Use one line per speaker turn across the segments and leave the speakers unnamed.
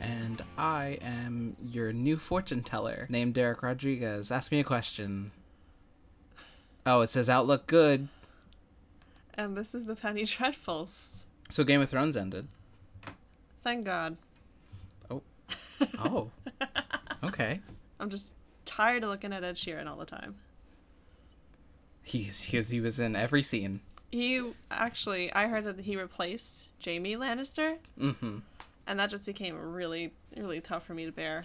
and I am your new fortune teller named Derek Rodriguez. Ask me a question. Oh, it says outlook good.
And this is the Penny Dreadfuls.
So Game of Thrones ended.
Thank God.
Oh. Oh. okay.
I'm just tired of looking at Ed Sheeran all the time.
He he, he was in every scene.
He actually, I heard that he replaced Jamie Lannister,
hmm
and that just became really, really tough for me to bear.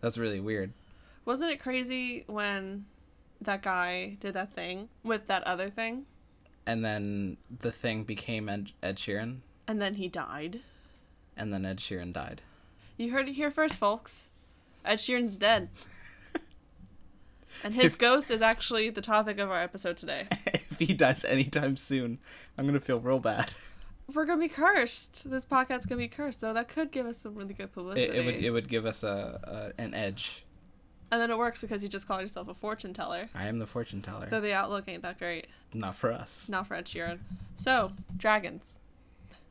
That's really weird.
Wasn't it crazy when that guy did that thing with that other thing,
And then the thing became Ed, Ed Sheeran,
and then he died?
and then Ed Sheeran died.
You heard it here first, folks. Ed Sheeran's dead. and his ghost is actually the topic of our episode today.
if he dies anytime soon, I'm gonna feel real bad.
We're gonna be cursed. This podcast's gonna be cursed, so that could give us some really good
It,
publicity.
it would it would give us a, a an edge.
And then it works because you just call yourself a fortune teller.
I am the fortune teller.
Though the outlook ain't that great.
Not for us.
Not for Ed Sheeran. So, dragons.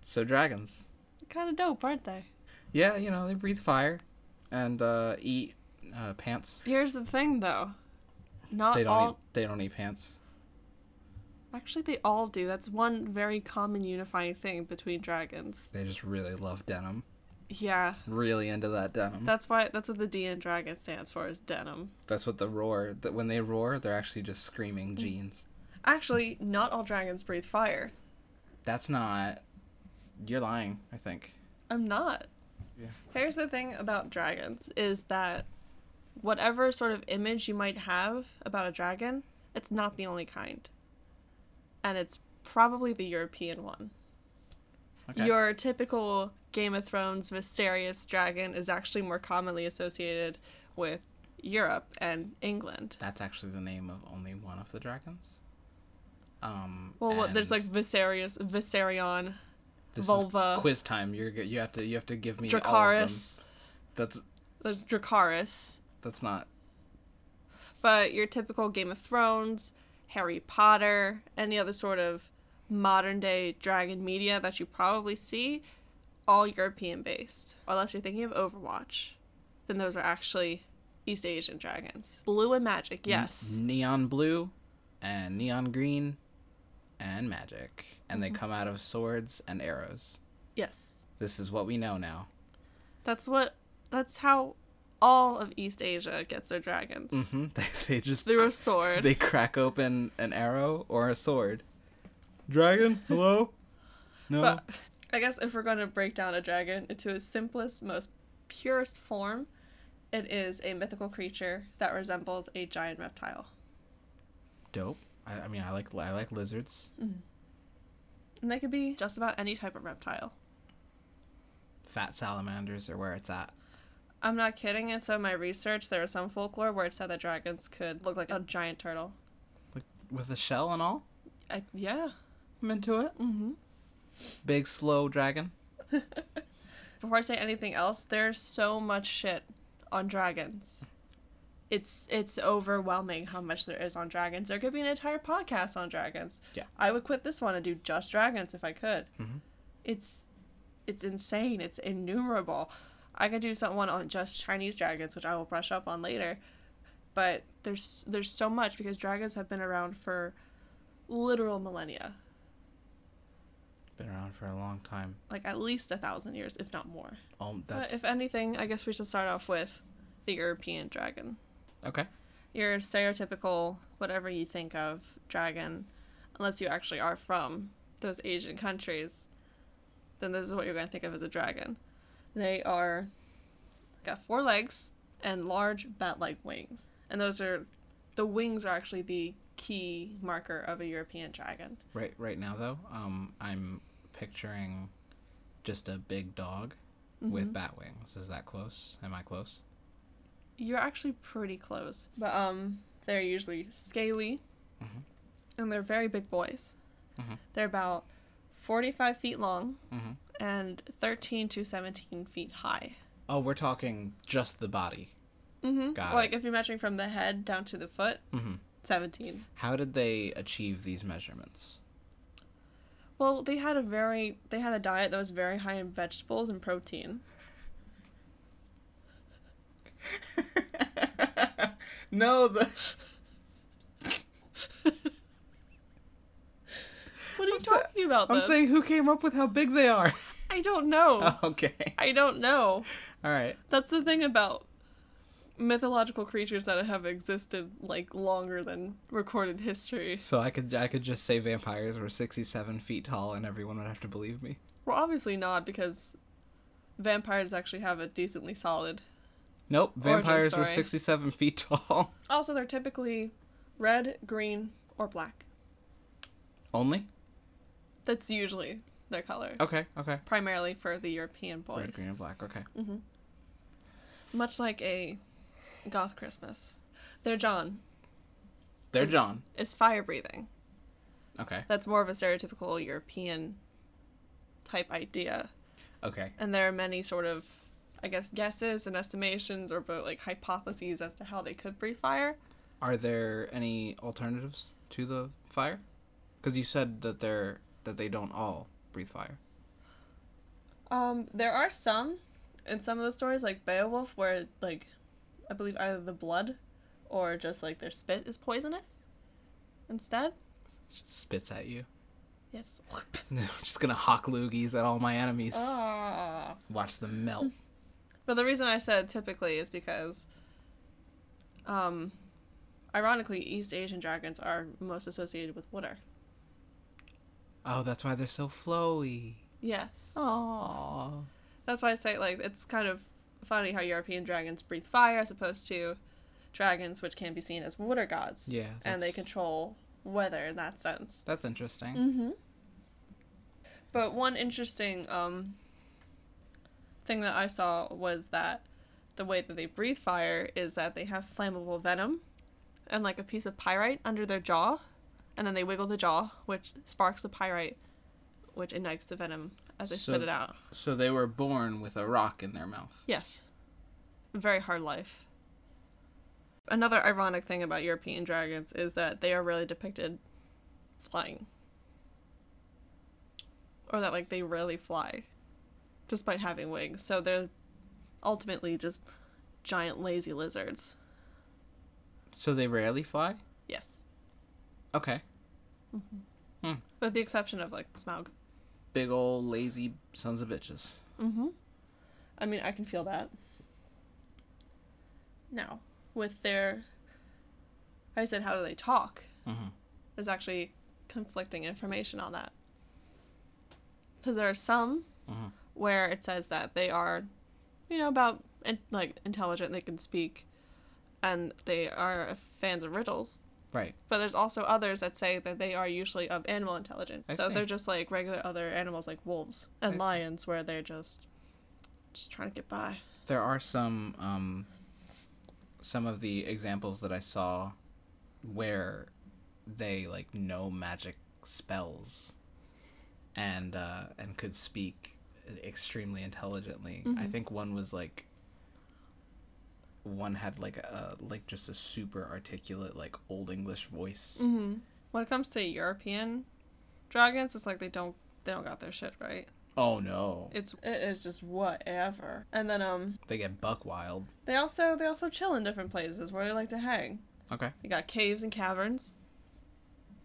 So dragons.
Kind of dope, aren't they?
Yeah, you know they breathe fire, and uh, eat uh, pants.
Here's the thing, though. Not
They don't
all.
eat. They don't eat pants.
Actually, they all do. That's one very common unifying thing between dragons.
They just really love denim.
Yeah,
Really into that denim.
that's why. That's what the D in dragon stands for is denim.
That's what the roar. That when they roar, they're actually just screaming
Mm.
jeans.
Actually, not all dragons breathe fire.
That's not. You're lying. I think.
I'm not.
Yeah.
Here's the thing about dragons is that whatever sort of image you might have about a dragon, it's not the only kind. And it's probably the European one.
Okay.
Your typical Game of Thrones Mysterious dragon is actually more commonly associated with Europe and England.
That's actually the name of only one of the dragons. Um.
Well, what, there's
and
like Viserys, Viserion,
this is
vulva.
quiz time. You're g- you have to you have to give me all of them.
Dracaris.
That's
There's Dracaris.
that's not.
but your typical Game of Thrones, Harry Potter, any other sort of modern day dragon media that you probably see, all European based. Unless you're thinking of Overwatch, then those are actually East Asian dragons. Blue and magic, yes.
Neon blue, and neon green, and magic, and they come out of swords and arrows.
Yes.
This is what we know now.
That's what, that's how all of East Asia gets their dragons
hmm They, they just
through a sword.
they crack open an arrow or a sword. Dragon, hello. No.
But I guess if we're going to break down a dragon into its simplest, most purest form, it is a mythical creature that resembles a giant reptile.
Dope. I, I mean, I like I like lizards.
And they could be just about any type of reptile.
Fat salamanders are where it's at.
I'm not kidding. And so, my research, there was some folklore where it said that dragons could look like a giant turtle.
Like with a shell and all.
I, yeah.
I'm into it.
Mhm.
Big slow dragon.
Before I say anything else, there's so much shit on dragons. It's it's overwhelming how much there is on dragons. There could be an entire podcast on dragons.
Yeah.
I would quit this one and do just dragons if I could. It's it's insane. It's innumerable. I could do someone on just Chinese dragons, which I will brush up on later. But there's there's so much because dragons have been around for literal millennia,
Been around for a long time.
like at least a thousand years, if not more.
Um,
But
that's
if anything, I guess we should start off with the European dragon.
okay.
Your stereotypical, whatever you think of dragon, unless you actually are from those Asian countries, then this is what you're going to think of as a dragon. They are got four legs and large bat-like wings, and those are the wings are actually the key marker of a European dragon.
Right, right now though, um, I'm picturing just a big dog with bat wings. Is that close? Am I close?
You're actually pretty close. But um they're usually scaly
Mm-hmm.
and they're very big boys.
Mhm.
They're about 45 feet long
Mhm.
and 13 to 17 feet high.
Oh, we're talking just the body.
Mm-hmm.
Got
like
it.
if you're measuring from the head down to the foot,
Mhm.
17.
How did they achieve these measurements?
Well, they had a very they had a diet that was very high in vegetables and protein.
no, the
What are you
I'm sa-
talking about?
I'm
Though?
saying who came up with how big they are.
I don't know.
okay.
I don't know.
All right.
That's the thing about mythological creatures that have existed like longer than recorded history.
So I could I could just say vampires were 67 feet tall and everyone would have to believe me.
Well, obviously not because vampires actually have a decently solid.
Nope,
Origin
vampires were
story.
67 feet tall
Also, they're typically red, green, or black.
only.
That's usually their colors.
Okay. Okay.
Primarily for the European boys.
Red, green, and black. Okay.
Much like a goth Christmas. Their John
They're John.
is fire breathing.
Okay.
That's more of a stereotypical European type idea.
Okay.
and there are many sort of i guess guesses and estimations or but like hypotheses as to how they could breathe fire
Are there any alternatives to the fire? Because you said that they're that they don't all breathe fire.
um there are some in some of the stories like beowulf where like i believe either the blood or just like their spit is poisonous instead
She spits at you.
yes
I'm just gonna hawk loogies at all my enemies.
ah.
Watch them melt.
but the reason i said typically is because um ironically east asian dragons are most associated with water
Oh, that's why they're so flowy.
yes
Oh.
That's why I say like it's kind of funny how European dragons breathe fire as opposed to dragons, which can be seen as water gods.
Yeah,
and they
that's-
control weather in that sense.
That's interesting.
Mm-hmm. But one interesting um, thing that I saw was that the way that they breathe fire is that they have flammable venom and like a piece of pyrite under their jaw, and then they wiggle the jaw, which sparks the pyrite, which ignites the venom as they
So-
spit it out.
So they were born with a rock in their mouth.
Yes. A Very hard life. Another ironic thing about European dragons is that they are really depicted flying. Or that, like, they really fly, despite having wings. So they're ultimately just giant lazy lizards.
So they rarely fly?
Yes.
Okay.
With the exception of, like, Smaug.
Big ol' lazy sons of bitches.
Mm-hmm. I mean, I can feel that. Now, with their, I said, how do they talk?
Mhm.
There's actually conflicting information on that. Because there are some
Mhm.
where it says that they are, you know, about in, like intelligent, they can speak, and they are fans of riddles.
Right.
But there's also others that say that they are usually of animal intelligence.
I
so
see.
they're just like regular other animals like wolves
I
and
see.
lions where they're just just trying to get by.
There are some um some of the examples that I saw where they like know magic spells and uh and could speak extremely intelligently. I think one was like one had like a like just a super articulate like old English voice.
Mm. When it comes to European dragons, it's like they don't they don't got their shit right.
Oh no.
It's it is just whatever. And then um
They get buck wild.
they also they also chill in different places where they like to hang.
Okay.
They got caves and caverns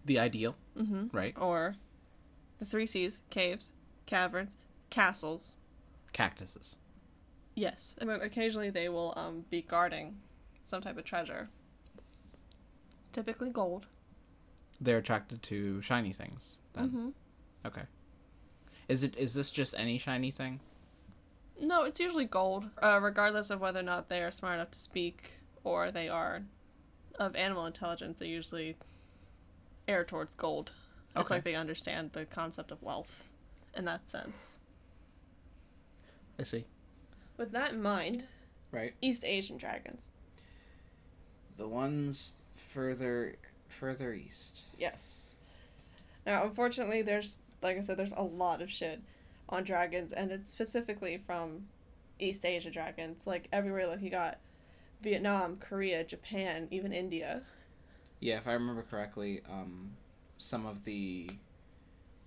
The ideal, right?
or the three C's, caves, caverns, castles.
Cactuses.
Yes. And then occasionally they will um, be guarding some type of treasure. Typically gold.
They're attracted to shiny things. Then. Okay. Is it is this just any shiny thing?
No, it's usually gold, uh, regardless of whether or not they are smart enough to speak or they are of animal intelligence. They usually err towards gold. It's
Okay.
like they understand the concept of wealth in that sense.
I see.
With that in mind,
Right.
East Asian dragons.
The ones further further east.
Yes. Now, unfortunately, there's like I said, there's a lot of shit on dragons, and it's specifically from East Asia dragons. Like everywhere, like you got Vietnam, Korea, Japan, even India.
Yeah, if I remember correctly, um, some of the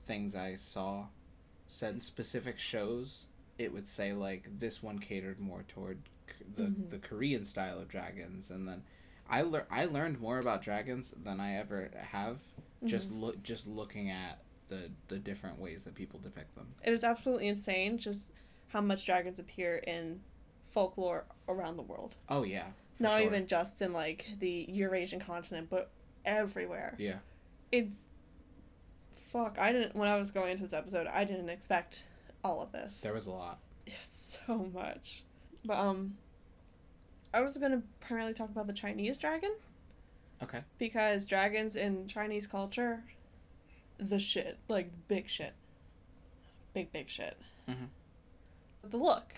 things I saw said specific shows it would say like this one catered more toward k- the
Mhm.
the Korean style of dragons, and then I lear- I learned more about dragons than I ever have
Mm-hmm.
just look just looking at the the different ways that people depict them.
It is absolutely insane just how much dragons appear in folklore around the world.
Oh yeah, for
Not
sure.
even just in like the Eurasian continent, but everywhere.
yeah
It's fuck. I didn't when I was going into this episode, I didn't expect all of this.
there was a lot.
It's so much. But um I was gonna primarily talk about the Chinese dragon
Okay,
because dragons in Chinese culture the shit. Like big shit. Big big shit.
Mhm.
The look.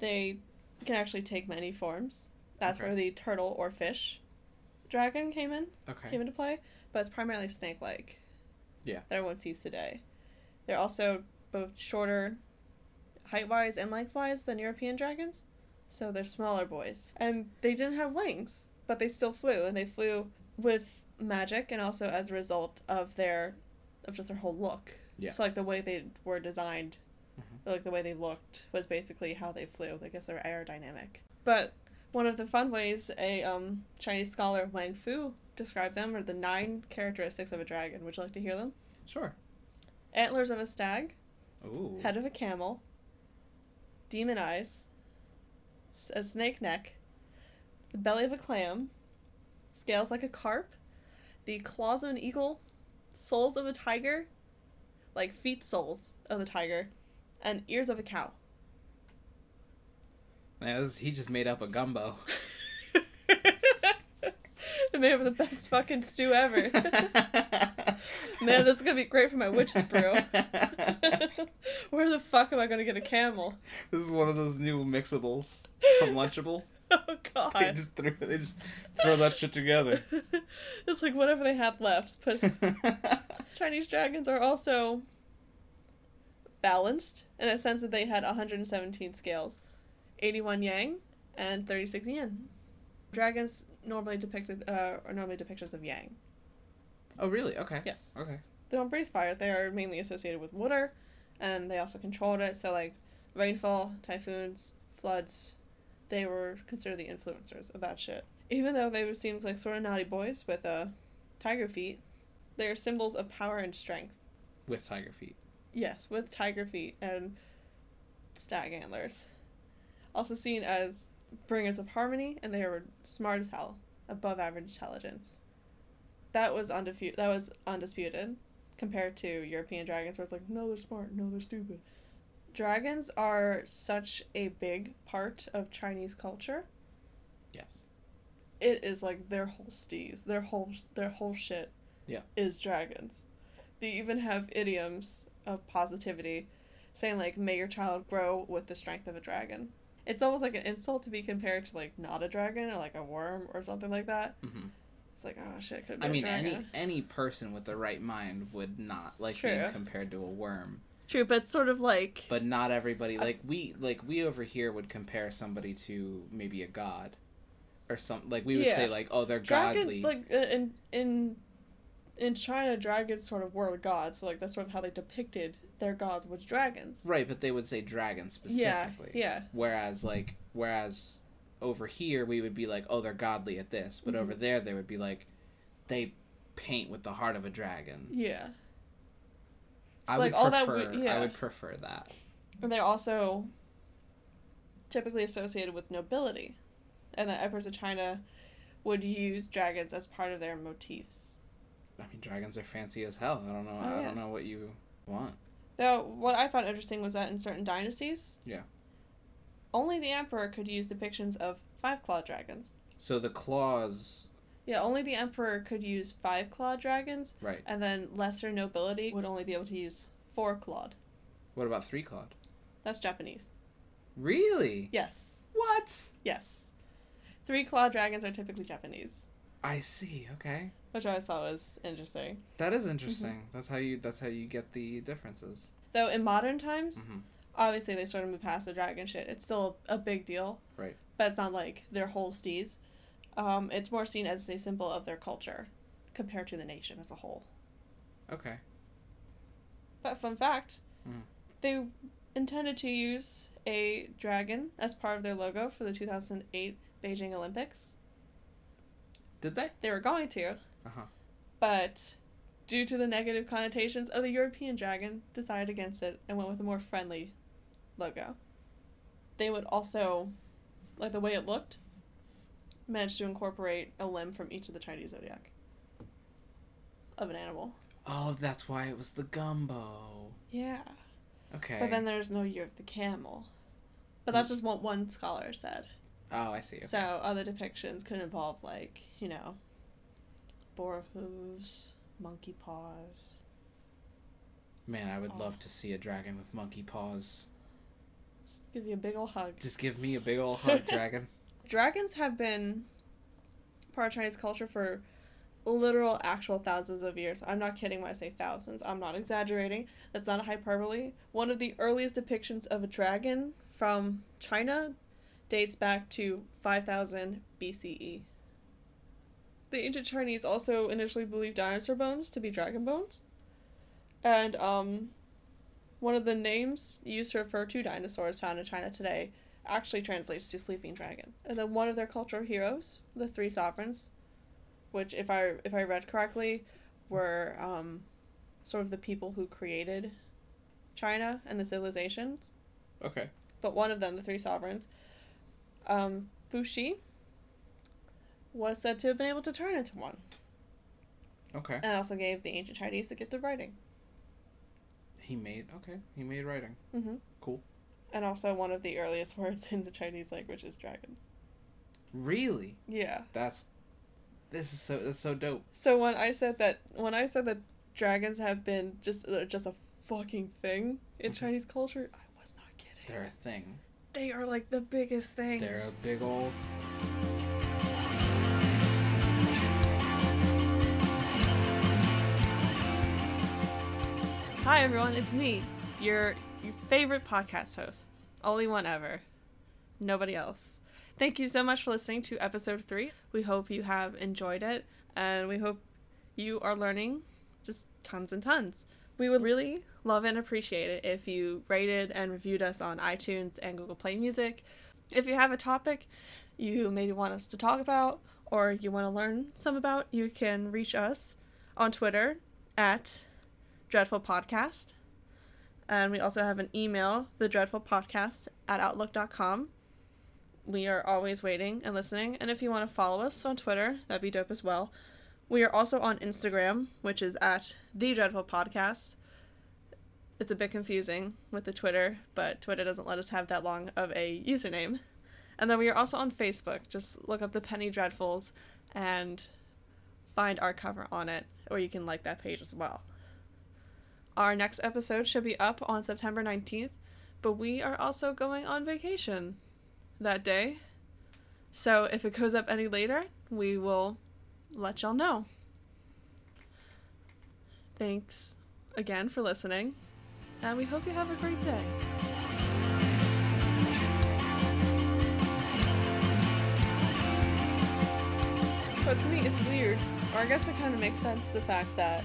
They can actually take many forms. That's
Okay.
where the turtle or fish dragon came in
okay,
came into play, but it's primarily snake like.
Yeah.
That everyone sees today. They're also both shorter height wise and length wise than European dragons, so they're smaller boys. And they didn't have wings, but they still flew, and they flew with magic and also as a result of their of just their whole look.
Yeah.
So like the way they were designed
Mhm.
like the way they looked was basically how they flew. I guess they were aerodynamic. But one of the fun ways a um, Chinese scholar Wang Fu described them are the nine characteristics of a dragon. Would you like to hear them?
sure.
Antlers of a stag,
Ooh,
head of a camel, demon eyes, s- a snake neck, the belly of a clam, scales like a carp, the claws of an eagle, soles of a tiger, like feet soles of the tiger, and ears of a cow.
Yeah, this- he just made up a gumbo.
They made up the best fucking stew ever. Man, that's gonna be great for my witch's brew. Where the fuck am I gonna get a camel?
This is one of those new mixables from Lunchable.
Oh
They
god.
just threw they just throw that shit together.
it's like whatever they had left. But Chinese dragons are also balanced in a sense that they had 117 scales, 81 yang, and 36 yin. Dragons normally depicted uh, are normally depictions of yang.
oh really? Okay.
Yes.
Okay.
they don't breathe fire. They are mainly associated with water, and they also controlled it. So like rainfall, typhoons, floods, they were considered the influencers of that shit. Even though they seemed like sort of naughty boys with uh, tiger feet, they are symbols of power and strength.
With tiger feet.
Yes, with tiger feet and stag antlers. Also seen as bringers of harmony, and they were smart as hell, above average intelligence. That was undifu- That was undisputed, compared to European dragons, where it's like, no, they're smart, no, they're stupid. Dragons are such a big part of Chinese culture.
Yes.
It is like their whole steez, their whole their whole shit.
Yeah.
Is dragons. They even have idioms of positivity, saying like, "May your child grow with the strength of a dragon." It's almost like an insult to be compared to like not a dragon or like a worm or something like that.
hmm
It's like, oh shit, could
I
be
mean,
a dragon.
any any person with the right mind would not like
True.
being compared to a worm.
True, but it's sort of like
But not everybody like we like we over here would compare somebody to maybe a god, or some like we would
Yeah.
say like oh they're
dragon.
godly.
Like uh, in in in China, dragons sort of were gods. So like that's sort of how they depicted their gods was dragons.
Right, but they would say dragon
Yeah,
specifically.
yeah.
Whereas like whereas over here we would be like, oh, they're godly at this, but
Mm-hmm.
over there they would be like, they paint with the heart of a dragon.
Yeah.
I
So,
would
like, all that
prefer.
we- yeah.
I would prefer that.
And they're also typically associated with nobility. And the emperors of China would use dragons as part of their motifs.
I mean, dragons are fancy as hell. I don't know.
Oh,
I
yeah.
don't know what you want.
Though what I found interesting was that in certain dynasties,
Yeah.
only the emperor could use depictions of five clawed dragons.
So the claws,
Yeah, only the emperor could use five clawed dragons,
right?
and then lesser nobility would only be able to use four clawed.
What about three clawed?
That's Japanese.
Really?
Yes,
What?
yes. Three clawed dragons are typically Japanese,
I see. Okay,
which I saw was interesting.
that is interesting.
Mm-hmm.
That's how you. That's how you get the differences.
Though in modern times,
hmm
obviously they sort of move past the dragon shit. It's still a big deal.
Right.
But it's not like their whole steez. Um, it's more seen as a symbol of their culture compared to the nation as a whole.
Okay.
But fun fact,
Mhm.
they intended to use a dragon as part of their logo for the 2008 Beijing Olympics.
Did they?
They were going to,
Uh-huh.
but due to the negative connotations of the European dragon, decided against it and went with a more friendly logo. They would also, like the way it looked, managed to incorporate a limb from each of the Chinese zodiac of an animal.
Oh, that's why it was the gumbo.
Yeah.
Okay. Hmm.
But then there's no year of the camel. But that's just what one scholar said.
oh, I see.
So other depictions could involve like, you know, boar hooves, monkey paws.
Man, I would
Oh.
love to see a dragon with monkey paws.
Just give you a big old hug.
Just give me a big old hug, dragon.
Dragons have been part of Chinese culture for literal actual thousands of years. I'm not kidding when I say thousands. I'm not exaggerating. That's not a hyperbole. One of the earliest depictions of a dragon from China dates back to 5000 BCE. E. The ancient Chinese also initially believed dinosaur bones to be dragon bones. And um, one of the names used to refer to dinosaurs found in China today actually translates to sleeping dragon. And then one of their cultural heroes, the three sovereigns, which if I if I read correctly, were um, sort of the people who created China and the civilizations.
Okay.
But one of them, the three sovereigns, um, Fuxi, was said to have been able to turn into one,
Okay.
and also gave the ancient Chinese the gift of writing.
He made okay. He made writing.
Mm-hmm.
Cool.
And also one of the earliest words in the Chinese language is dragon.
Really?
Yeah.
That's this is so that's so dope.
So when I said that, when I said that dragons have been just uh, just a fucking thing in
Mhm.
Chinese culture, I was not kidding.
They're a thing.
They are like the biggest thing.
They're a big old
Hi everyone, it's me, your your favorite podcast host, only one ever, nobody else. Thank you so much for listening to episode three. We hope you have enjoyed it, and we hope you are learning just tons and tons. We would really love and appreciate it if you rated and reviewed us on iTunes and Google Play Music. If you have a topic you maybe want us to talk about or you want to learn some about, you can reach us on Twitter at dreadful podcast and we also have an email the dreadful podcast at outlook.com we are always waiting and listening and if you want to follow us on twitter that'd be dope as well we are also on instagram which is at the dreadful podcast it's a bit confusing with the twitter but twitter doesn't let us have that long of a username and then we are also on facebook just look up the penny dreadfuls and find our cover on it or you can like that page as well our next episode should be up on September 19th, but we are also going on vacation that day. So if it goes up any later, we will let y'all know. Thanks again for listening, and we hope you have a great day. But to me, it's weird, or I guess it kind of makes sense the fact that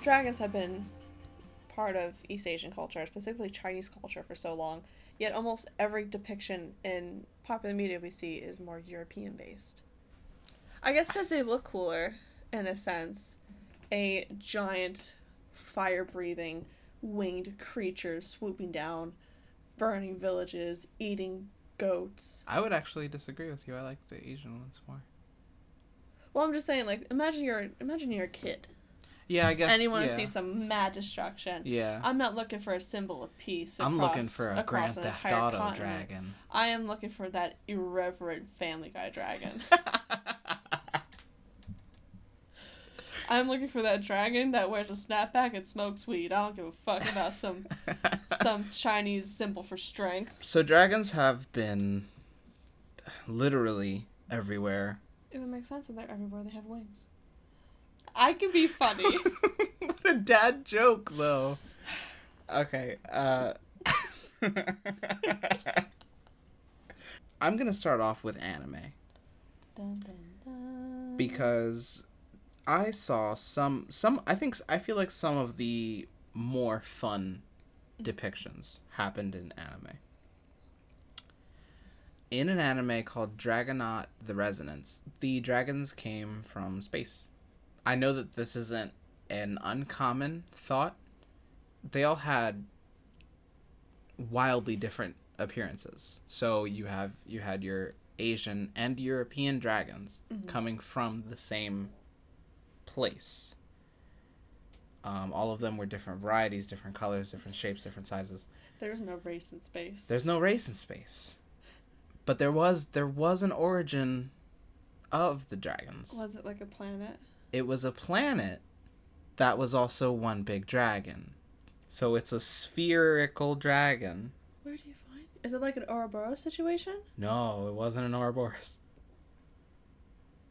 dragons have been part of East Asian culture, specifically Chinese culture, for so long. Yet almost every depiction in popular media we see is more European based. I guess because they look cooler, in a sense. A giant, fire breathing, winged creature swooping down, burning villages, eating goats.
I would actually disagree with you. I like the Asian ones more.
Well, I'm just saying, like, imagine you're imagine you're a kid
Yeah, I guess
and you want
yeah.
to see some mad destruction.
Yeah.
I'm not looking for a symbol of peace.
I'm
across-
looking for a
across an
Grand Theft
entire
Auto
continent.
dragon.
I am looking for that irreverent Family Guy dragon. I'm looking for that dragon that wears a snapback and smokes weed. I don't give a fuck about some some Chinese symbol for strength.
so dragons have been literally everywhere.
It would make sense if they're everywhere. They have wings. I can be funny.
what a dad joke, though. Okay. Uh... I'm gonna start off with anime
dun, dun, dun.
because I saw some some I think I feel like some of the more fun depictions happened in anime. In an anime called Dragonaut the Resonance, the dragons came from space. I know that this isn't an uncommon thought. They all had wildly different appearances. So you have you had your Asian and European dragons
Mm-hmm.
coming from the same place. Um, all of them were different varieties, different colors, different shapes, different sizes.
There's no race in space.
There's no race in space, but there was there was an origin of the dragons.
Was it like a planet?
It was a planet that was also one big dragon, so it's a spherical dragon.
Where do you find? Is it like an Ouroboros situation?
No, it wasn't an Ouroboros.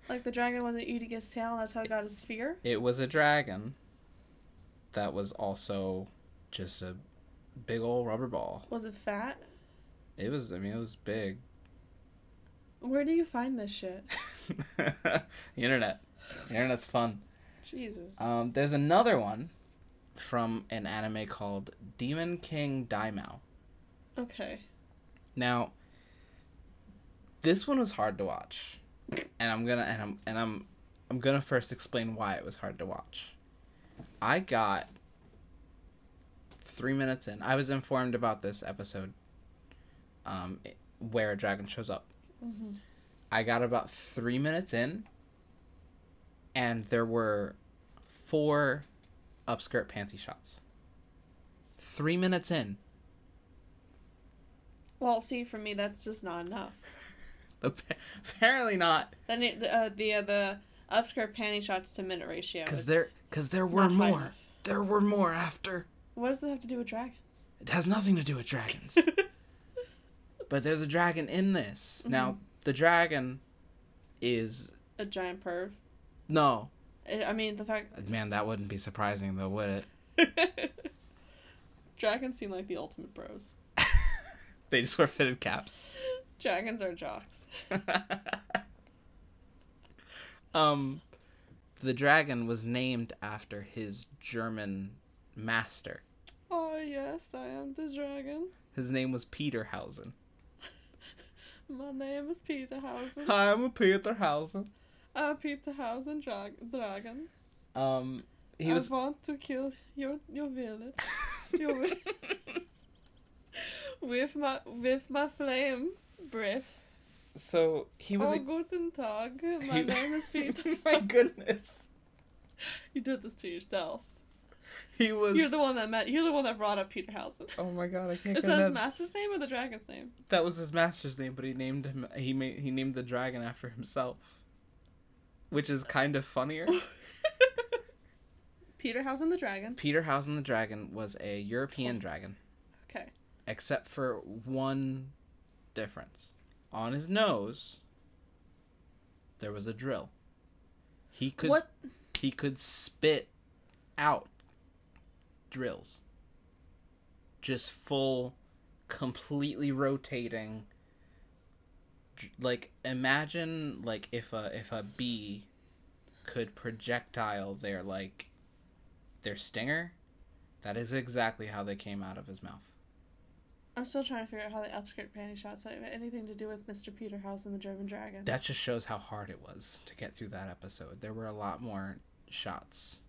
Like the dragon wasn't eating its tail, and that's how it got its sphere.
It was a dragon that was also just a big old rubber ball.
Was it fat?
It was, I mean, it was big.
Where do you find this shit?
the internet. The internet's fun.
Jesus.
Um, there's another one from an anime called Demon King Daimao.
Okay.
Now, this one was hard to watch, and I'm gonna and I'm and I'm I'm gonna first explain why it was hard to watch. I got three minutes in. I was informed about this episode, um, i- where a dragon shows up.
Mhm.
I got about three minutes in, and there were four upskirt panty shots. Three minutes in.
Well, see, for me, that's just not enough.
Appa- Apparently not.
Then it, the uh, the uh, the upskirt panty shots to minute ratio.
Because
is
there, because there were
not high
more.
enough.
There were more after.
What does that have to do with dragons?
It has nothing to do with dragons. but there's a dragon in this. Now the dragon is
A giant perv.
no
I I mean, the fact
man. That wouldn't be surprising though, would it?
dragons seem like the ultimate bros.
They just wear fitted caps.
Dragons are jocks.
um, the dragon was named after his German master.
Oh yes, I am the dragon.
His name was Peterhausen.
My name is Peterhausen.
Hi, I'm a Peterhausen.
I'm Peterhausen drag- dragon.
Um, he
I
was
want to kill your your village. Your vi- with my with my flame breath.
so he was
oh
a-
guten tag. My
He-
name is Peter.
My goodness.
you did this to yourself.
He was
You're the one that met. You're the one that brought up Peterhausen.
Oh my god, I can't
Is
get
that his
that.
master's name or the dragon's name?
that was his master's name, but he named him he made he named the dragon after himself. Which is kind of funnier.
Peterhausen the dragon.
Peterhausen the dragon was a European dragon,
Okay.
except for one difference. On his nose there was a drill. He could
what?
he could spit out drills just full completely rotating dr- like imagine like if a if a bee could projectile their like their stinger that is exactly how they came out of his mouth
I'm still trying to figure out how the upskirt panty shots have anything to do with Mr. Peterhausen the German dragon.
that just shows how hard it was to get through that episode. There were a lot more shots.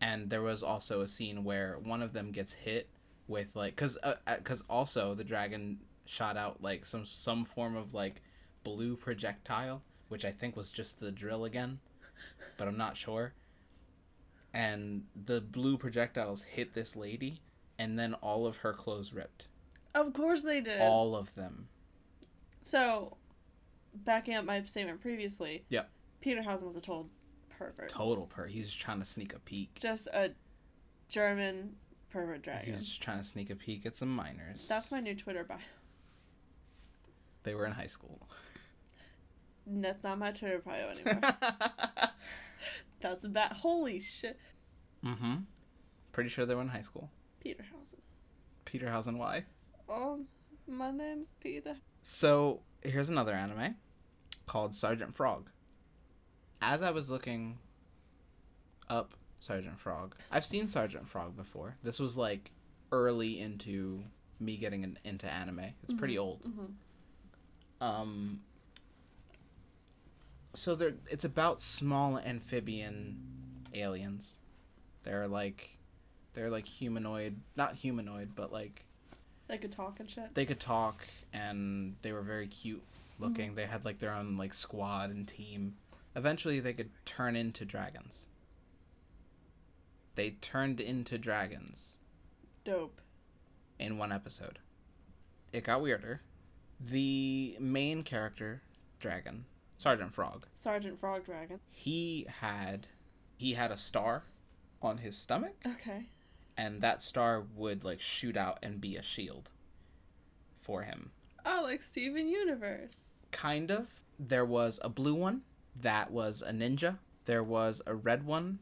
And there was also a scene where one of them gets hit with like cuz uh, uh, cuz also the dragon shot out like some some form of like blue projectile, which I think was just the drill again, but I'm not sure. And the blue projectiles hit this lady and then all of her clothes ripped.
of course they did.
All of them.
So, backing up my statement previously.
Yep.
Peterhausen was a total pervert.
Total per. He's trying to sneak a peek.
Just a German pervert dragon.
He's just trying to sneak a peek at some minors.
That's my new Twitter bio.
They were in high school.
That's not my Twitter bio anymore. That's bad. Holy shit.
mm-hmm. Pretty sure they were in high school.
Peterhausen.
Peterhausen Y.
Um, my name's Peter.
So here's another anime called Sergeant Frog. As I was looking up Sergeant Frog, I've seen Sergeant Frog before. This was like early into me getting an, into anime. It's pretty old.
Mm-hmm.
Um, so there, it's about small amphibian aliens. They're like, they're like humanoid, not humanoid, but like
They could talk and shit.
they could talk and they were very cute looking. They had like their own like squad and team. Eventually they could turn into dragons. They turned into dragons
Dope.
in one episode. It got weirder. The main character, Dragon, Sergeant Frog,
Sergeant Frog Dragon.
he had he had a star on his stomach
Okay.
and that star would like shoot out and be a shield for him.
Oh, like Steven Universe.
kind of. There was a blue one that was a ninja. There was a red one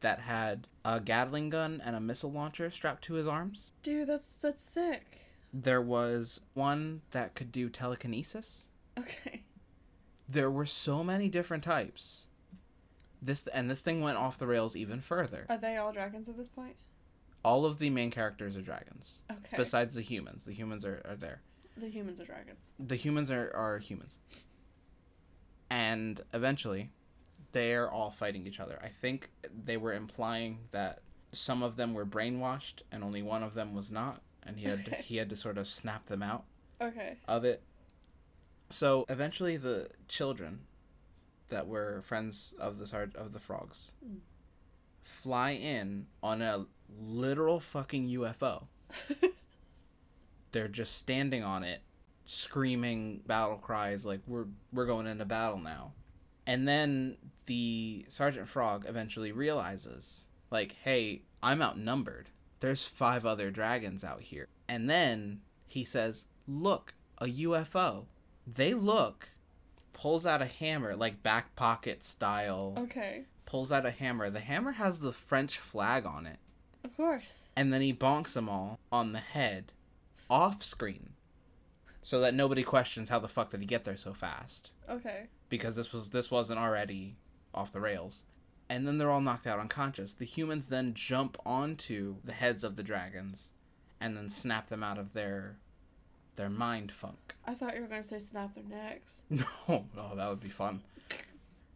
that had a Gatling gun and a missile launcher strapped to his arms.
Dude, that's that's sick.
There was one that could do telekinesis.
Okay.
There were so many different types. This and this thing went off the rails even further.
Are they all dragons at this point?
All of the main characters are dragons,
Okay.
besides the humans. The humans are, are there.
the humans are dragons.
the humans are, are humans. And eventually, they're all fighting each other. I think they were implying that some of them were brainwashed and only one of them was not, and he had to, he had to sort of snap them out
Okay.
of it. So eventually, the children that were friends of the sarge of the frogs
Mm.
fly in on a literal fucking UFO they're just standing on it screaming battle cries like we're we're going into battle now and then the sergeant frog eventually realizes like hey i'm outnumbered there's five other dragons out here and then he says look a ufo they look pulls out a hammer like back pocket style
okay.
pulls out a hammer the hammer has the french flag on it
Of course.
and then he bonks them all on the head off screen so that nobody questions how the fuck did he get there so fast
Okay.
because this was this wasn't already off the rails and then they're all knocked out unconscious the humans then jump onto the heads of the dragons and then snap them out of their their mind funk
I thought you were gonna say snap their necks.
no oh that would be fun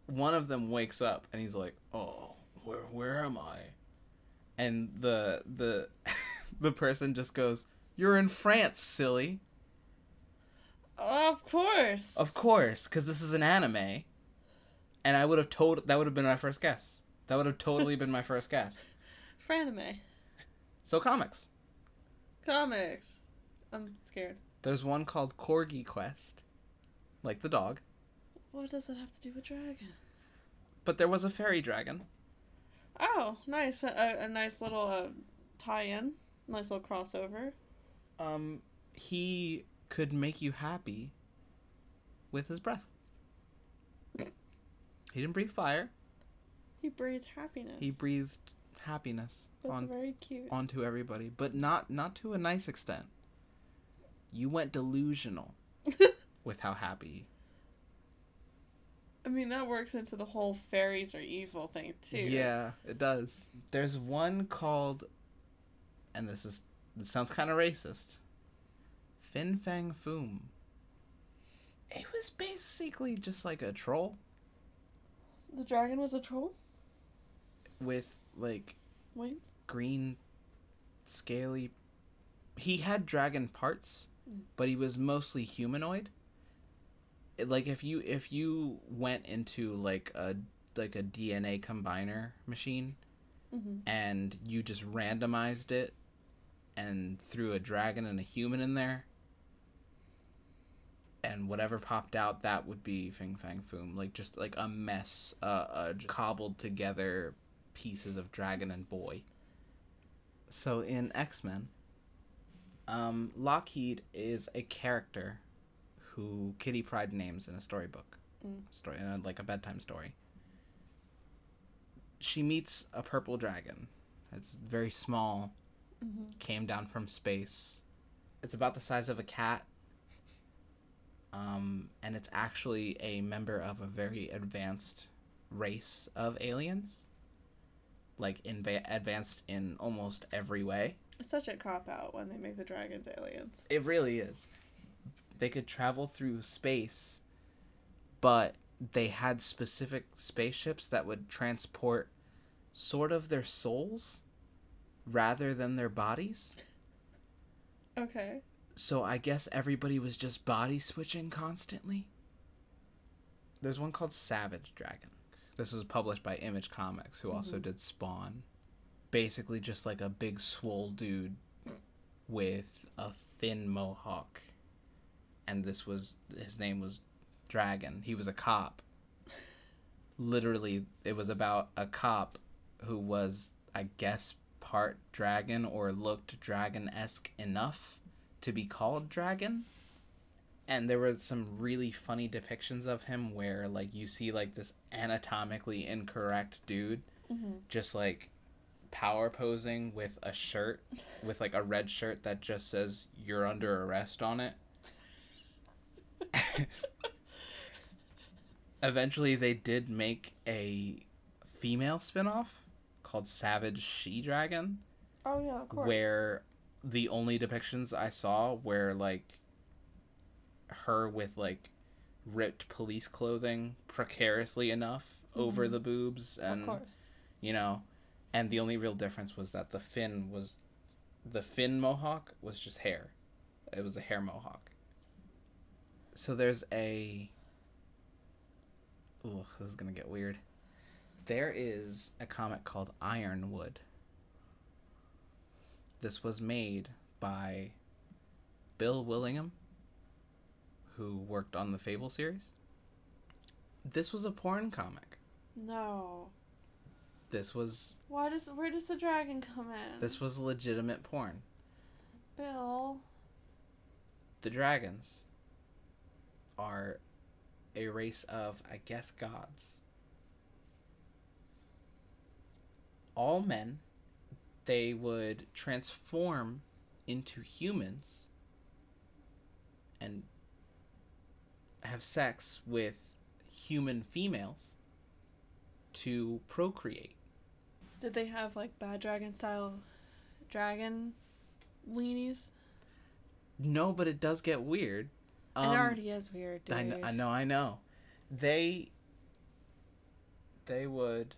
one of them wakes up and he's like oh where where am i and the the the person just goes you're in france silly
of course.
Of course, because this is an anime, and I would have told that would have been my first guess. That would have totally been my first guess.
For anime.
So comics.
Comics. I'm scared.
There's one called Corgi Quest, like the dog,
What does that have to do with dragons?
but there was a fairy dragon.
Oh, nice. A, a nice little uh, tie-in. Nice little crossover.
Um, he could make you happy with his breath. He didn't breathe fire.
He breathed happiness.
He breathed happiness
That's
on
very cute.
onto everybody, but not not to a nice extent. You went delusional with how happy.
I mean, that works into the whole fairies are evil thing too.
Yeah, it does. There's one called, and this is this sounds kind of racist. Fin Fang Foom. It was basically just like a troll
The dragon was a troll.
with like
Wait.
green, scaly. He had dragon parts, but he was mostly humanoid. It- Like if you if you went into like a like a DNA combiner machine,
Mhm.
and you just randomized it, and threw a dragon and a human in there, and whatever popped out, that would be Fing Fang Foom. Like just like a mess, uh, uh just cobbled together pieces of dragon and boy. So in X Men, um, Lockheed is a character who Kitty Pride names in a storybook,
Mm.
story in a, like a bedtime story. She meets a purple dragon. It's very small,
Mhm.
came down from space. It's about the size of a cat. Um, and it's actually a member of a very advanced race of aliens. Like, inv- advanced in almost every way.
It's such a cop out when they make the dragons aliens.
It really is. They could travel through space, but they had specific spaceships that would transport sort of their souls rather than their bodies.
Okay.
So I guess everybody was just body switching constantly. There's one called Savage Dragon. This was published by Image Comics, who also did Spawn. Basically, just like a big swole dude with a thin mohawk. And this was his name was Dragon. He was a cop. Literally, it was about a cop who was, I guess, part dragon or looked dragon esque enough to be called Dragon. And there were some really funny depictions of him where, like, you see, like, this anatomically incorrect dude
Mm-hmm.
just, like, power posing with a shirt, with, like, a red shirt that just says, You're under arrest on it. Eventually, they did make a female spin off called Savage She Dragon
Oh yeah, of course.
where the only depictions I saw were like her with like ripped police clothing precariously enough over the boobs
Mm-hmm. Of
and
course.
you know and the only real difference was that the fin was the fin mohawk was just hair it was a hair mohawk so there's a oh this is gonna get weird there is a comic called ironwood this was made by bill willingham who worked on the fable series this was a porn comic
No.
this was
Why does where does the dragon come in?
This was legitimate porn.
Bill.
The dragons are a race of, I guess, gods. All men, they would transform into humans and have sex with human females to procreate.
Did they have like bad dragon style dragon weenies?
No, but it does get weird.
it
Um,
already is weird, dude.
I know, I know, I know. They they would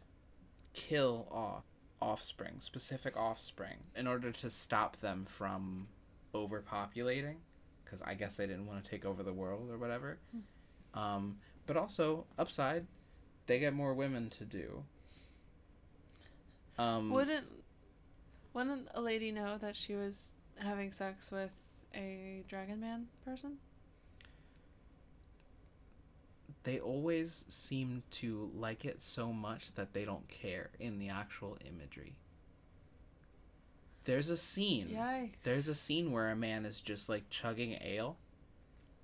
kill off offspring, specific offspring, in order to stop them from overpopulating, because I guess they didn't want to take over the world or whatever. Um, but also upside, they get more women to do. Um,
Wouldn't wouldn't a lady know that she was having sex with a dragon man person?
they always seem to like it so much that they don't care in the actual imagery. There's a scene.
Yikes.
There's a scene where a man is just like chugging ale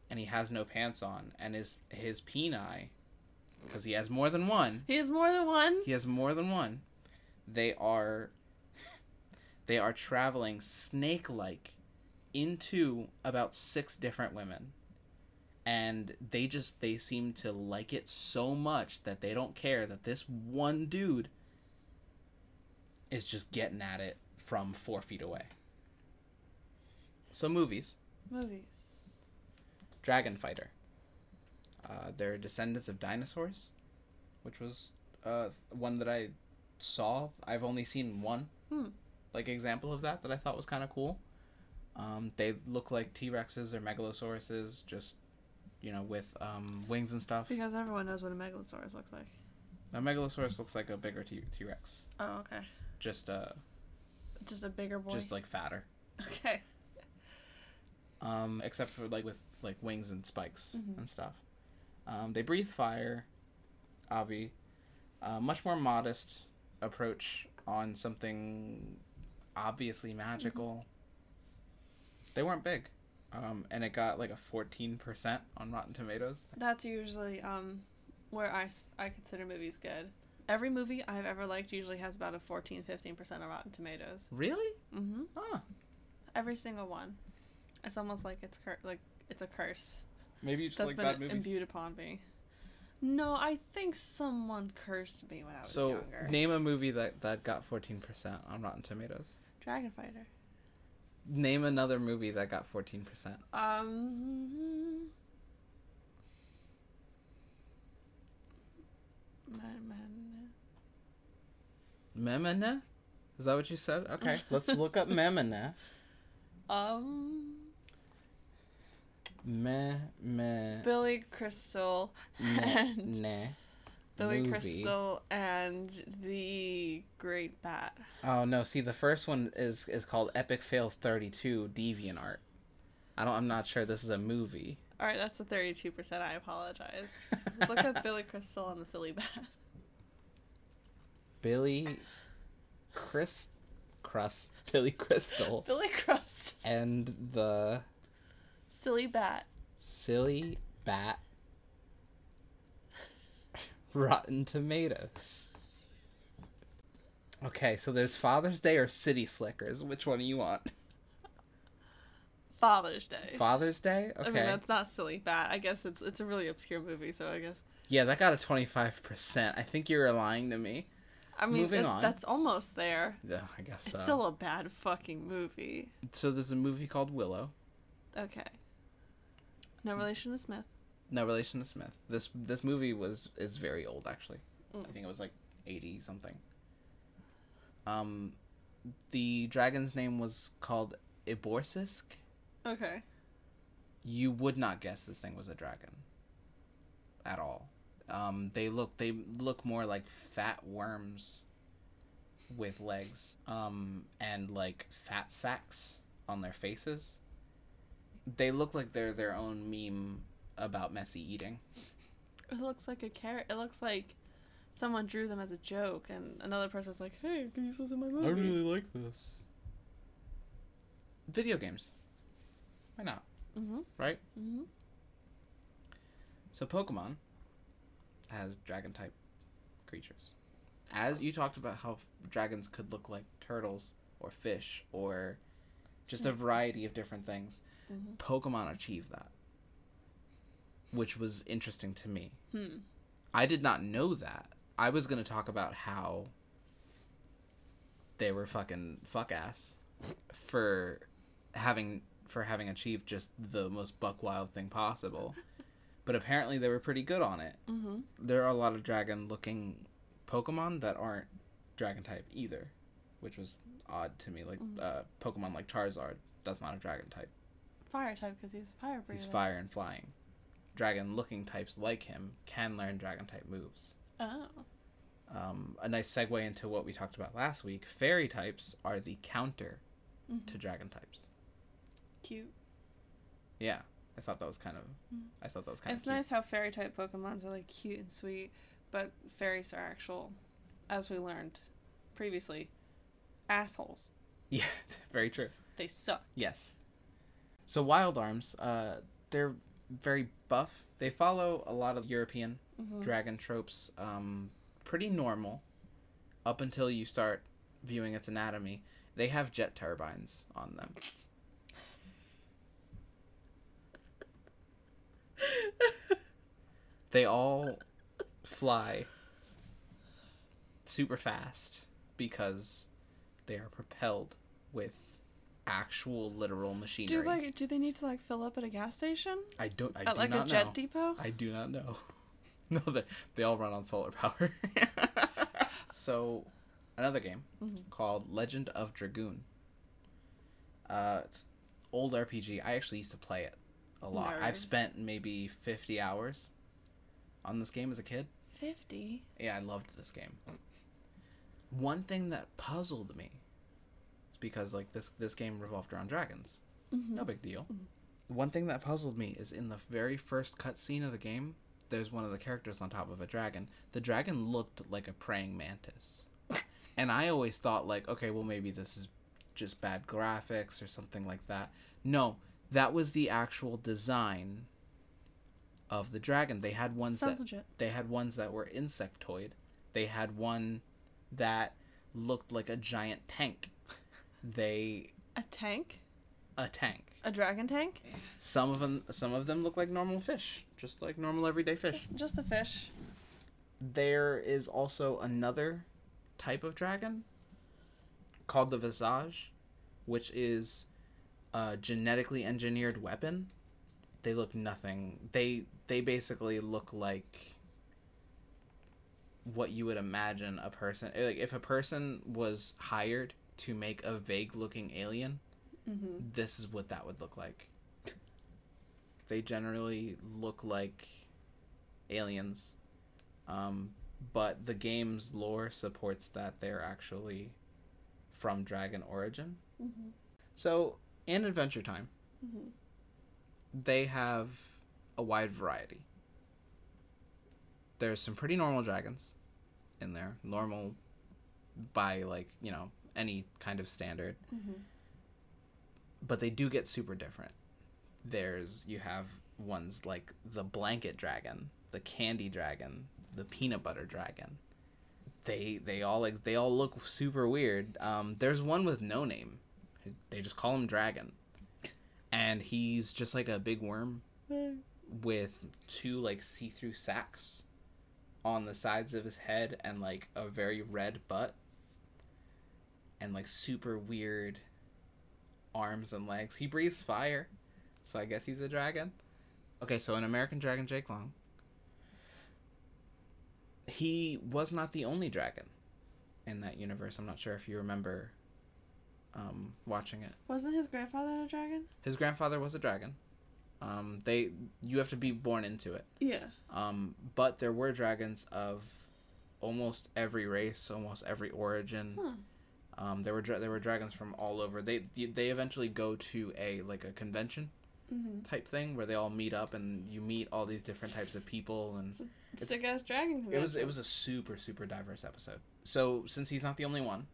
and he has no pants on and his his peni cuz he has more than one.
He has more than one.
He has more than one. They are they are traveling snake-like into about six different women. And they just they seem to like it so much that they don't care that this one dude is just getting at it from 4 feet away. So movies.
Movies.
Dragon Fighter. Uh, they're descendants of dinosaurs, which was uh, one that I saw. I've only seen one
Hmm.
like example of that that I thought was kind of cool. Um, they look like T Rexes or Megalosauruses, just you know, with um, wings and stuff.
Because everyone knows what a megalosaurus looks like.
A Megalosaurus looks like a bigger T Rex,
Oh, okay.
just uh,
Just a bigger boy.
just like fatter.
okay.
um, except for like with like wings and spikes
Mhm.
and stuff. Um, they breathe fire. Abi, uh, much more modest approach on something obviously magical.
Mm-hmm.
They weren't big, um, and it got like a fourteen percent on Rotten Tomatoes.
That's usually um, where I, s- I consider movies good. Every movie I've ever liked usually has about a 14 15% on Rotten Tomatoes.
Really?
hmm
Huh.
Every single one. It's almost like it's cur- like it's a curse
Maybe you just
that's
like bad
been
movies.
imbued upon me. No, I think someone cursed me when I was
so
younger.
name a movie that that got fourteen percent on Rotten Tomatoes.
Dragon Fighter.
Name another movie that got 14%.
Um. Man, man.
Memana? Is that what you said? Okay, let's look up Memana.
Um.
Meh, meh,
Billy Crystal
meh,
and
nah.
Billy
Movie.
Crystal and the Great Bat.
Oh no! See, the first one is is called Epic Fails Thirty Two Deviant Art. I don't. I'm not sure this is a movie.
All right, that's the thirty-two percent. I apologize. Look up Billy Crystal and the Silly Bat.
Billy, Chris, Crust, Billy Crystal,
Billy Crystal,
and the
Silly Bat.
silly bat. Rotten Tomatoes. Okay, so there's Father's Day or City Slickers. Which one do you want?
Father's Day.
Father's Day.
I
Okay.
mean, that's not Silly Bat. I guess it's it's a really obscure movie, so I guess.
Yeah, that got a 25%. I think you were lying to me.
I mean,
Moving
it-
on.
that's almost there.
Yeah, I guess so.
It's still a bad fucking movie.
So there's a movie called Willow.
Okay. No relation to Smith.
No relation to Smith. This this movie was is very old actually. I think it was like 80 something. Um the dragon's name was called Iborsisk.
Okay.
You would not guess this thing was a dragon at all. Um they look they look more like fat worms with legs um and like fat sacks on their faces. They look like they're their own meme about messy eating.
It looks like a carrot. It looks like someone drew them as a joke, and another person's like, "Hey, can you use this in my movie?"
like this. Video games. Why not?
Mm-hmm.
Right?
Mm-hmm.
So Pokemon has dragon type creatures. As you talked about how f- dragons could look like turtles or fish or just a variety of different things,
Mhm.
Pokemon achieved that. Which was interesting to me.
Hmm.
I did not know that. I was gonna talk about how they were fucking fuck ass for having for having achieved just the most buck wild thing possible. But apparently they were pretty good on it.
Mm-hmm.
There are a lot of dragon looking Pokemon that aren't dragon type either, which was odd to me. Like
Mhm.
uh, Pokemon like Charizard, that's not a dragon type.
Fire type because he's a fire breather.
He's fire and flying. Dragon looking types like him can learn dragon type moves.
Oh.
um, a nice segue into what we talked about last week. Fairy types are the counter
Mhm.
to dragon types.
Cute.
Yeah, I thought that was kind of.
Mm.
I thought that was kind
it's
of. Cute.
nice how fairy type Pokemons are like cute and sweet, but fairies are actual, as we learned previously, assholes.
Yeah, very true.
They suck.
Yes. So wild arms, uh, they're very buff. They follow a lot of European
Mhm.
dragon tropes. Um, pretty normal, up until you start viewing its anatomy. They have jet turbines on them. they all fly super fast because they are propelled with actual literal machinery.
Do like do they need to like fill up at a gas station?
I don't. I
at
do
like
not
a jet
know.
depot?
I do not know. No, they they all run on solar power. so, another game
Mhm.
called Legend of Dragoon. Uh, it's old RPG. I actually used to play it a lot.
Nerd.
I've spent maybe fifty hours on this game as a kid.
Fifty.
Yeah, I loved this game. One thing that puzzled me is because like this this game revolved around dragons. No big deal. One thing that puzzled me is in the very first cutscene of the game, there's one of the characters on top of a dragon. The dragon looked like a praying mantis. and I always thought like, okay, well maybe this is just bad graphics or something like that. No, that was the actual design of the dragon. They had ones
Sounds
that
legit.
they had ones that were insectoid. They had one that looked like a giant tank. They
A tank?
a tank.
A dragon tank?
Some of them some of them look like normal fish, just like normal everyday fish.
Just, just a fish.
There is also another type of dragon called the visage, which is a genetically engineered weapon. They look nothing. They they basically look like what you would imagine a person like if a person was hired to make a vague looking alien,
Mm-hmm.
this is what that would look like. They generally look like aliens, um, but the game's lore supports that they're actually from Dragon Origin.
Mm-hmm.
So in Adventure Time,
Mhm.
they have a wide variety. There's some pretty normal dragons in there, normal by like you know any kind of standard,
Mhm.
but they do get super different. There's you have ones like the blanket dragon, the candy dragon, the peanut butter dragon. They they all like they all look super weird. Um, there's one with no name. They just call him Dragon, and he's just like a big worm
Mm.
with two like see-through sacks on the sides of his head and like a very red butt and like super weird arms and legs. He breathes fire, so I guess he's a dragon. Okay, so an American Dragon Jake Long. He was not the only dragon in that universe. I'm not sure if you remember um, watching it
Wasn't his grandfather a dragon?
his grandfather was a dragon. Um, they you have to be born into it.
Yeah.
Um, but there were dragons of almost every race, almost every origin.
Huh.
Um, there were dra- there were dragons from all over. They they eventually go to a like a convention
Mm-hmm.
type thing where they all meet up and you meet all these different types of people and It's-
Sick ass dragon.
it was
convention.
it was a super super diverse episode. So since he's not the only one,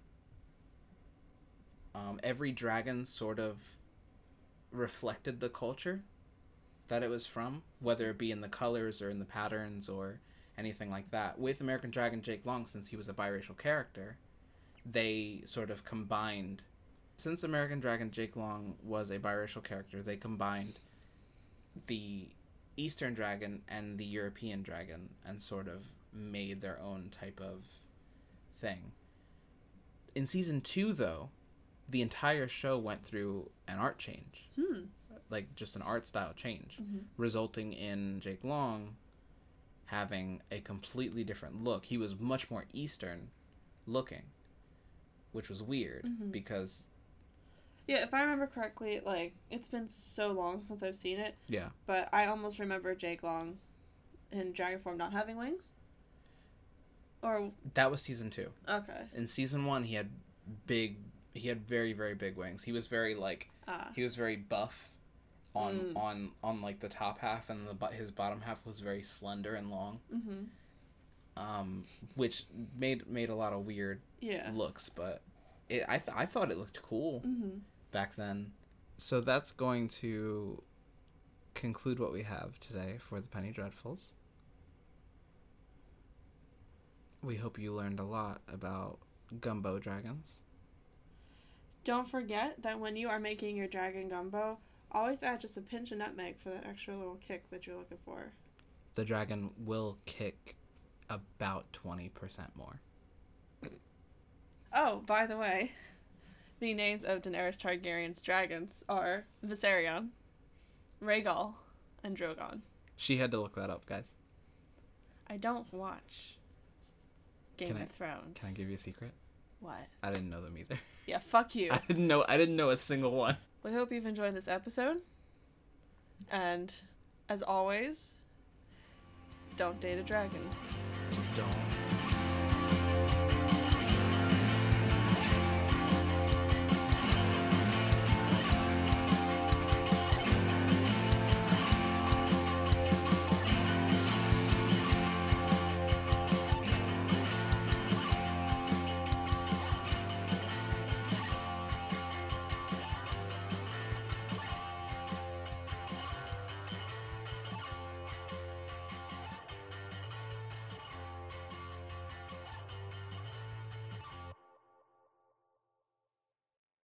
um, every dragon sort of reflected the culture that it was from, whether it be in the colors or in the patterns or anything like that. With American Dragon Jake Long, since he was a biracial character, they sort of combined. Since American Dragon Jake Long was a biracial character, they combined the Eastern Dragon and the European Dragon and sort of made their own type of thing. In season two, though, the entire show went through an art change,
Hmm.
like just an art style change,
Mhm.
resulting in Jake Long having a completely different look. He was much more Eastern looking, which was weird
Mhm.
because,
Yeah, if I remember correctly, like it's been so long since I've seen it,
yeah,
but I almost remember Jake Long in dragon form not having wings. Or
that was season two.
okay,
In season one, he had big, he had very, very big wings. He was very like,
ah,
he was very buff on
Mm.
on on like the top half and the bo- his bottom half was very slender and long
mm-hmm.
um which made made a lot of weird
yeah,
looks but it, I, th- I thought it looked cool
mm-hmm.
back then so that's going to conclude what we have today for the penny dreadfuls we hope you learned a lot about gumbo dragons
Don't forget that when you are making your dragon gumbo, always add just a pinch of nutmeg for that extra little kick that you're looking for.
the dragon will kick about 20% more
Oh, by the way, the names of Daenerys Targaryen's dragons are Viserion, Rhaegal, and Drogon.
She had to look that up, guys.
I don't watch Game
Can
of
I-
Thrones.
Can I give you a secret?
what?
I didn't know them either.
Yeah, fuck you.
I didn't know I didn't know a single one.
we hope you've enjoyed this episode. And as always, don't date a dragon.
Just don't.